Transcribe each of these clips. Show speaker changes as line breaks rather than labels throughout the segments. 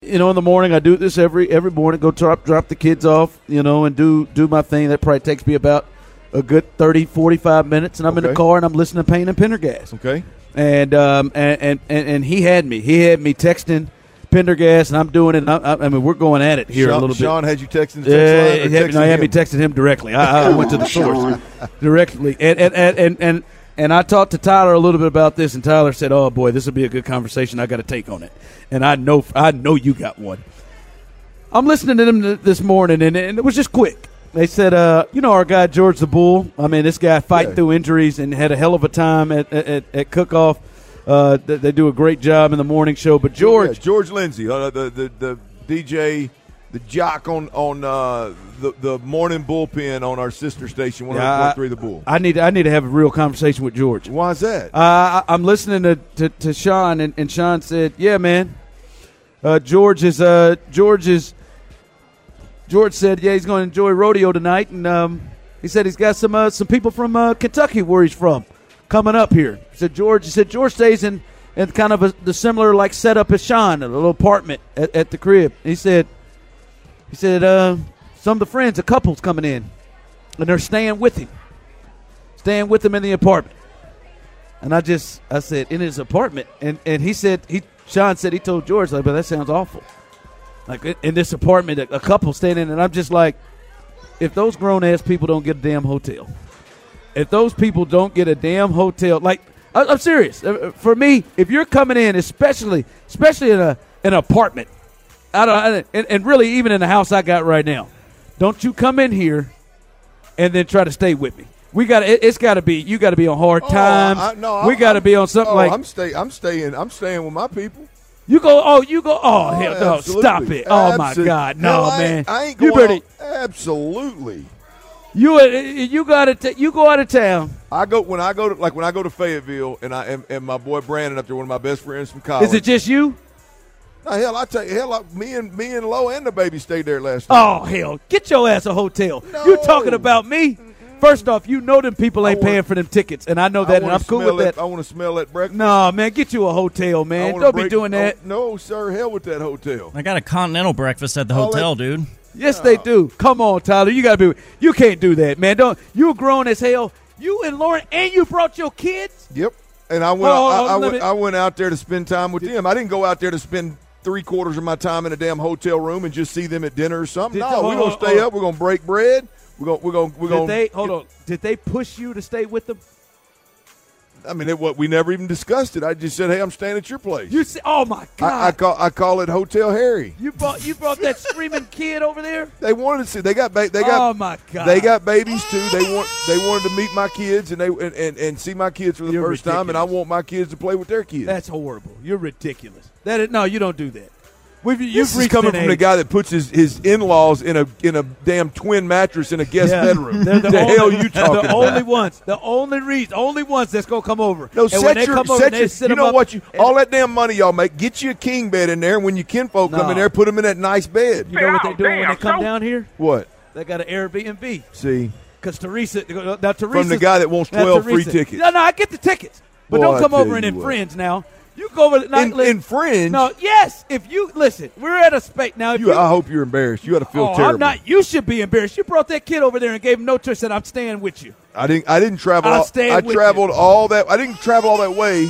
You know, in the morning I do this every every morning. Go drop drop the kids off, you know, and do do my thing. That probably takes me about a good 30, 45 minutes, and I'm in the
Okay.
car and I'm listening to Payne and Pendergast.
Okay.
And um and and, and and he had me. He had me texting Pendergast, and I'm doing it. And I, I, I mean, we're going at it here
Sean,
a little bit.
Sean had you texting the text
Yeah,
line or
he had, no,
texting
he had
him?
me texting him directly. I, I went to the source directly, and and, and and and and I talked to Tyler a little bit about this, and Tyler said, "Oh boy, this will be a good conversation. I got to take on it." And I know, I know you got one. I'm listening to them th- this morning, and, and it was just quick. They said, uh, you know, our guy George the Bull. I mean, this guy fight
Yeah.
through injuries and had a hell of a time at at, at cook off. Uh, they, they do a great job in the morning show, but George,
Oh, Yeah, George Lindsay, uh, the, the the DJ, the jock on on uh, the the morning bullpen on our sister station one
Yeah, I-
hundred three, the Bull.
I need I need to have a real conversation with George.
Why is that?
Uh, I- I'm listening to, to, to Sean, and, and Sean said, "Yeah, man, uh, George is uh, George is George said, yeah, he's going to enjoy rodeo tonight, and um, he said he's got some uh, some people from uh, Kentucky where he's from coming up here. He said George, he said George stays in, in kind of a, the similar like setup as Sean, a little apartment at, at the crib. He said, he said uh, some of the friends, a couple's coming in, and they're staying with him, staying with him in the apartment. And I just I said in his apartment, and and he said he Sean said he told George like, but that sounds awful. Like in- in this apartment, a a couple staying in, and I'm just like, if those grown ass people don't get a damn hotel, if those people don't get a damn hotel, like I- I'm serious. Uh, uh, For me, if you're coming in, especially especially in a an apartment, I don't, I don't- and, and really even in the house I got right now, don't you come in here and then try to stay with me. We got it, it's got to be you got to be on hard
Oh,
times.
I- no,
we
I-
got to
I'm-
be on something
oh,
like
I'm stay I'm staying I'm staying with my people.
you go. Oh, you go. Oh, hell no!
Absolutely.
Stop it! Oh my
Absolutely.
God!
Hell,
No,
I
man.
ain't- I ain't
you
going
better-
out- Absolutely.
You uh, you got it. You go out of town.
I go when I go to like when I go to Fayetteville and I and, and my boy Brandon up there, one of my best friends from college.
Is it just you?
Now, hell, I tell you, hell, I, me and me and Lo and the baby stayed there last night.
Oh hell! Get your ass a hotel. You talking
No.
about me? First off, you know them people
I
ain't
wanna-
paying for them tickets, and I know
I
that, and
wanna
I'm cool
smell
with that.
I want to smell that breakfast.
No, man, get you a hotel,
I
man.
wanna
Don't be
break-
doing that.
oh, no, sir, hell with that hotel.
I got a continental breakfast at the
Oh,
hotel, dude.
Yes, they do. Come on, Tyler. You gotta be. You can't do that, man. Don't. You grown as hell. You and Lauren, and you brought your kids.
Yep. And I went,
Oh,
I,
oh,
I,
let me-
went I went out there to spend time with them. I didn't go out there to spend three quarters of my time in a damn hotel room and just see them at dinner or something.
Did-
no,
oh,
we're gonna
oh,
stay
oh.
up. We're gonna break bread. We're gonna we're gonna we're
Did
gonna.
they? Hold on. Did they push you to stay with them?
I mean, it, what we never even discussed it. I just said, hey, I'm staying at your place.
You see? Oh my God!
I, I call I call it Hotel Harry.
you brought you brought that screaming kid over there.
They wanted to see. They got ba- they got
oh my God!
They got babies too. They want they wanted to meet my kids and they and, and, and see my kids for the
You're
first time, and I want my kids to play with their kids.
That's horrible. You're ridiculous. That is, no, you don't do that. We've, you've
this is
reached
coming
an
from the
age-
guy that puts his, his in laws in a in a damn twin mattress in a guest
Yeah.
bedroom.
They're the,
the
only,
hell you talking
The
about?
only ones. The only reason. Only ones that's gonna come over.
no,
and when
set
they
your,
come over,
set
they
your
sit
you
'em
know
up-
what you
and-
all that damn money y'all make. Get you a king bed in there, and when your kinfolk come in
No.
there, put them in that nice bed.
You know what they do when they come down here?
What?
They got an Airbnb
See,
because Teresa. uh, Now Teresa
from the guy that wants
now,
twelve free
Teresa-
tickets.
No, no, I get the tickets, but
Boy,
don't
I
come
tell
over and
you
in
what.
friends now. You go over not,
In-
let-
in Friends?
No, yes. If you listen, we're at a space now. If
You, I hope you're embarrassed. You ought to feel
oh,
terrible.
I'm not. You should be embarrassed. You brought that kid over there and gave him no choice. Said I'm staying with you.
I didn't. I didn't travel.
I'll
all-
stand
I
with
traveled all that. I didn't travel all that way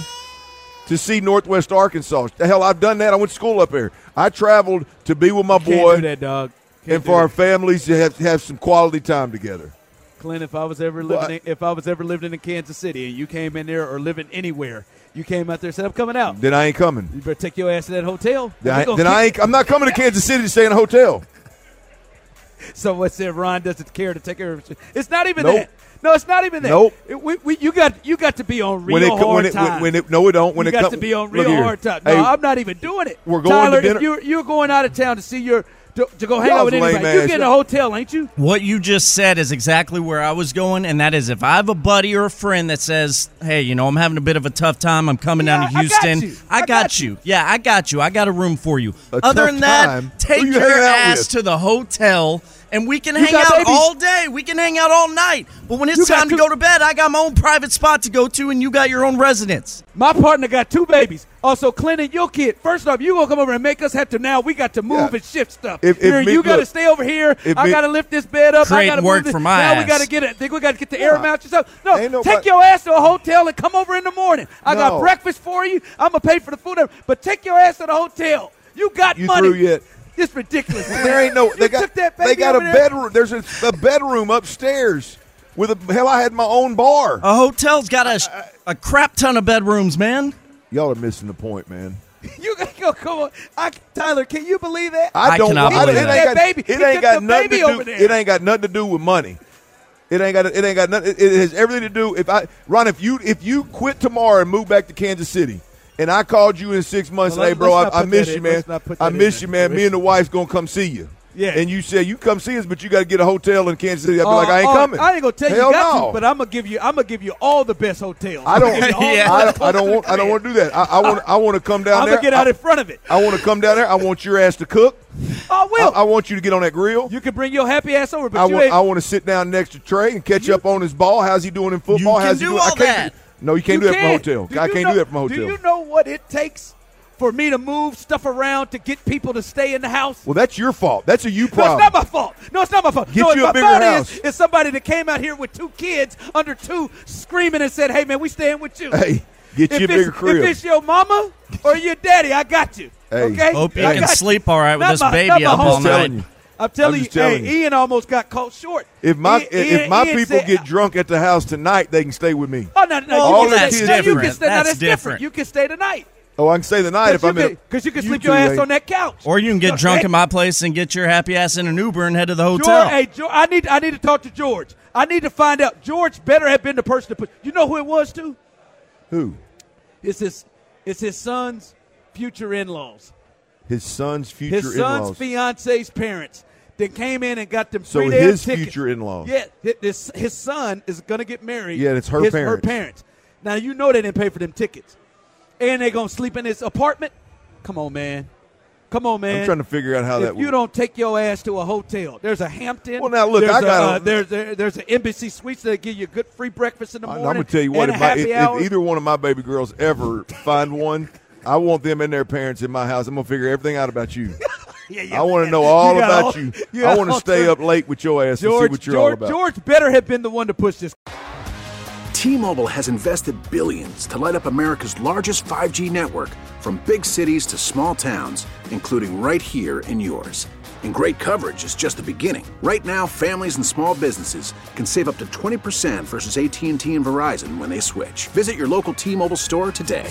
to see Northwest Arkansas. The hell, I've done that. I went to school up there. I traveled to be with my
Can't
boy
do that, dog. Can't
and
do
for our
that.
families to have, have some quality time together.
Clint, if I was ever
Well,
living, in, if I was ever living in Kansas City, and you came in there or living anywhere, you came out there and said, "I'm coming out."
Then I ain't coming.
You better take your ass to that hotel.
Then,
We
I,
gonna
then I
kick-
ain't, I'm not coming to Kansas City to stay in a hotel.
So what said Ron doesn't care to take care of. It's not even
Nope.
that. No, it's not even that.
Nope.
It- we, we, you got you got to be on real
When it co-
hard
when it- when-
time.
when it- no, it don't. When
you
it
got
co-
to be on
look
real
here.
hard time. No,
Hey,
I'm not even doing it.
we're going to
Tyler,
dinner-
If you're you're going out of town to see your to, to go hang
Y'all's
out with anybody.
lame
You're
ass.
getting a hotel, ain't you?
What you just said is exactly where I was going, and that is if I have a buddy or a friend that says, "Hey, you know, I'm having a bit of a tough time. I'm coming
Yeah,
down to
I- I got
Houston.
you. I got
you. Yeah, I got you. I got a room for you."
A
Other
tough
than that,
time?
take
Who you
your
hanging out
ass
with?
to the hotel, and we can hang
got
out
babies.
all day. We can hang out all night. But when it's
You got
time to
two-
go to bed, I got my own private spot to go to, and you got your own residence.
My partner got two babies. Also, Clint and your kid. First off, you gonna come over and make us have to now. We got to move
Yeah.
and shift stuff.
If- if
Here,
me-
you got to
look,
stay over here.
if
I
me-
got to lift this bed up. I
Creating
got to
work
move this.
for my
now we
ass.
got to get it. Think we got to get the air mattress up. No,
Ain't nobody-
take your ass to a hotel and come over in the morning. I got
No.
breakfast for you. I'm gonna pay for the food, but take your ass to the hotel. You got
You
money.
through yet?
It's ridiculous.
There ain't no.
You
They got,
took that baby
they got a
over there.
bedroom. There's a, a bedroom upstairs with a hell. I had my own bar.
Uh,
A hotel's got a, a crap ton of bedrooms, man.
Y'all are missing the point, man.
You gotta come on, I, Tyler. Can you believe that?
I cannot
don't-
believe
it
that.
ain't got,
That baby-
it
he
ain't
took
got
the
nothing
baby
to do.
over there.
It ain't got nothing to do with money. It ain't got. It ain't got nothing. It, it has everything to do. If I Ron, if you if you quit tomorrow and move back to Kansas City, and I called you in six months,
Well,
hey
let's-
bro,
let's not
I, I
put
miss
that
you,
in.
man.
Let's not put
I
that
miss
in
you,
there.
man. Me and the wife's gonna come see you.
Yeah.
And you say you come see us, but you got to get a hotel in Kansas City. I'd be like, I ain't
Uh, uh,
coming.
I ain't gonna tell
Hell
you got
no.
to, but I'm gonna give you. I'm gonna give you all the best hotels.
I don't.
I'm gonna give you all
Yeah.
the
I
best
don't. I don't
hotels
want. I don't
in
want to do that. I, I want. I want to come
the
down
crib.
there.
I'm gonna get out
I,
in front of it.
I want to come down there. I want your ass to cook.
I
I,
will.
I want you to get on that grill.
you can bring your happy ass over, but
I
you
want.
ain't.
I want to sit down next to Trey and catch up on his ball. How's he doing in football?
can
How's
do
he doing?
all
I can't
that.
Do, no, you can't
you
do that
can.
from a hotel.
Do
I
you
can't
know-
do that from a hotel.
Do you know what it takes for me to move stuff around to get people to stay in the house?
well, that's your fault. That's a you
No,
problem.
it's not my fault. No, it's not my fault.
Get
no,
you
it's
a
my
bigger
fault
house.
Is, is somebody that came out here with two kids under two screaming and said, "Hey man, we staying with you."
Hey, get
if
you a
it's-
bigger crib.
If it's your mama or your daddy, I got you.
Hey.
okay,
Hope you
I
can
got
sleep all right with
Not
this
my-
baby
not my
up all
home.
night.
Telling you.
I'm telling
I'm
you,
just telling
hey, Ian almost got caught short.
if my
Ian-
if my
Ian
people
said-
get drunk at the house tonight, they can stay with me.
Oh no, no,
Well,
you can
that's
stay, no, you can
different.
stay, no,
That's
that's different.
different.
You can stay tonight
Oh, I can stay the night if
because you,
I'm
can-
in. a-
'cause you can sleep
two
your ass
ain't.
on that couch.
Or you can
No,
get drunk
hey,
in my place and get your happy ass in an Uber and head to the hotel.
George, hey, George, I need I need to talk to George. I need to find out. George better have been the person to put. You know who it was too?
Who?
It's his it's his son's future in-laws.
His son's future
his son's
in-laws.
fiance's parents that came in and got them
So
three damn
his
tickets.
future in-laws.
Yeah, hi- this, his son is going to get married.
Yeah, it's her
his,
parents.
Her parents. Now you know they didn't pay for them tickets, and they going to sleep in his apartment. Come on, man. Come on, man.
I'm trying to figure out how
if
Oh, that.
you
would-
don't take your ass to a hotel, there's a Hampton.
Well, now, look,
there's
I
a,
got a-
uh, there's there, there's an Embassy Suites that give you good free breakfast in the
I'm
morning.
gonna tell you
and
what. If,
a
my,
happy
if,
hour.
if either one of my baby girls ever find one, I want them and their parents in my house. I'm gonna figure everything out about you. I want to know all
You got
about
all-
you.
you
I
got
want to
all
stay
three.
up late with your ass
George,
and see what you're all
George,
about.
George better have been the one to push this
T-Mobile has invested billions to light up America's largest 5G network from big cities to small towns, including right here in yours. And great coverage is just the beginning. Right now, families and small businesses can save up to 20% versus AT&T and Verizon when they switch. Visit your local T-Mobile store today.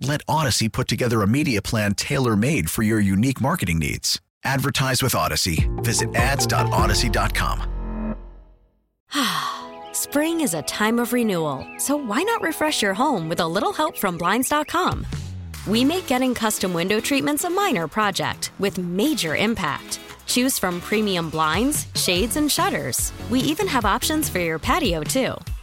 Let Odyssey put together a media plan tailor made for your unique marketing needs. Advertise with Odyssey. Visit ads.odyssey.com.
Spring is a time of renewal, so why not refresh your home with a little help from Blinds.com? We make getting custom window treatments a minor project with major impact. Choose from premium blinds, shades, and shutters. We even have options for your patio, too.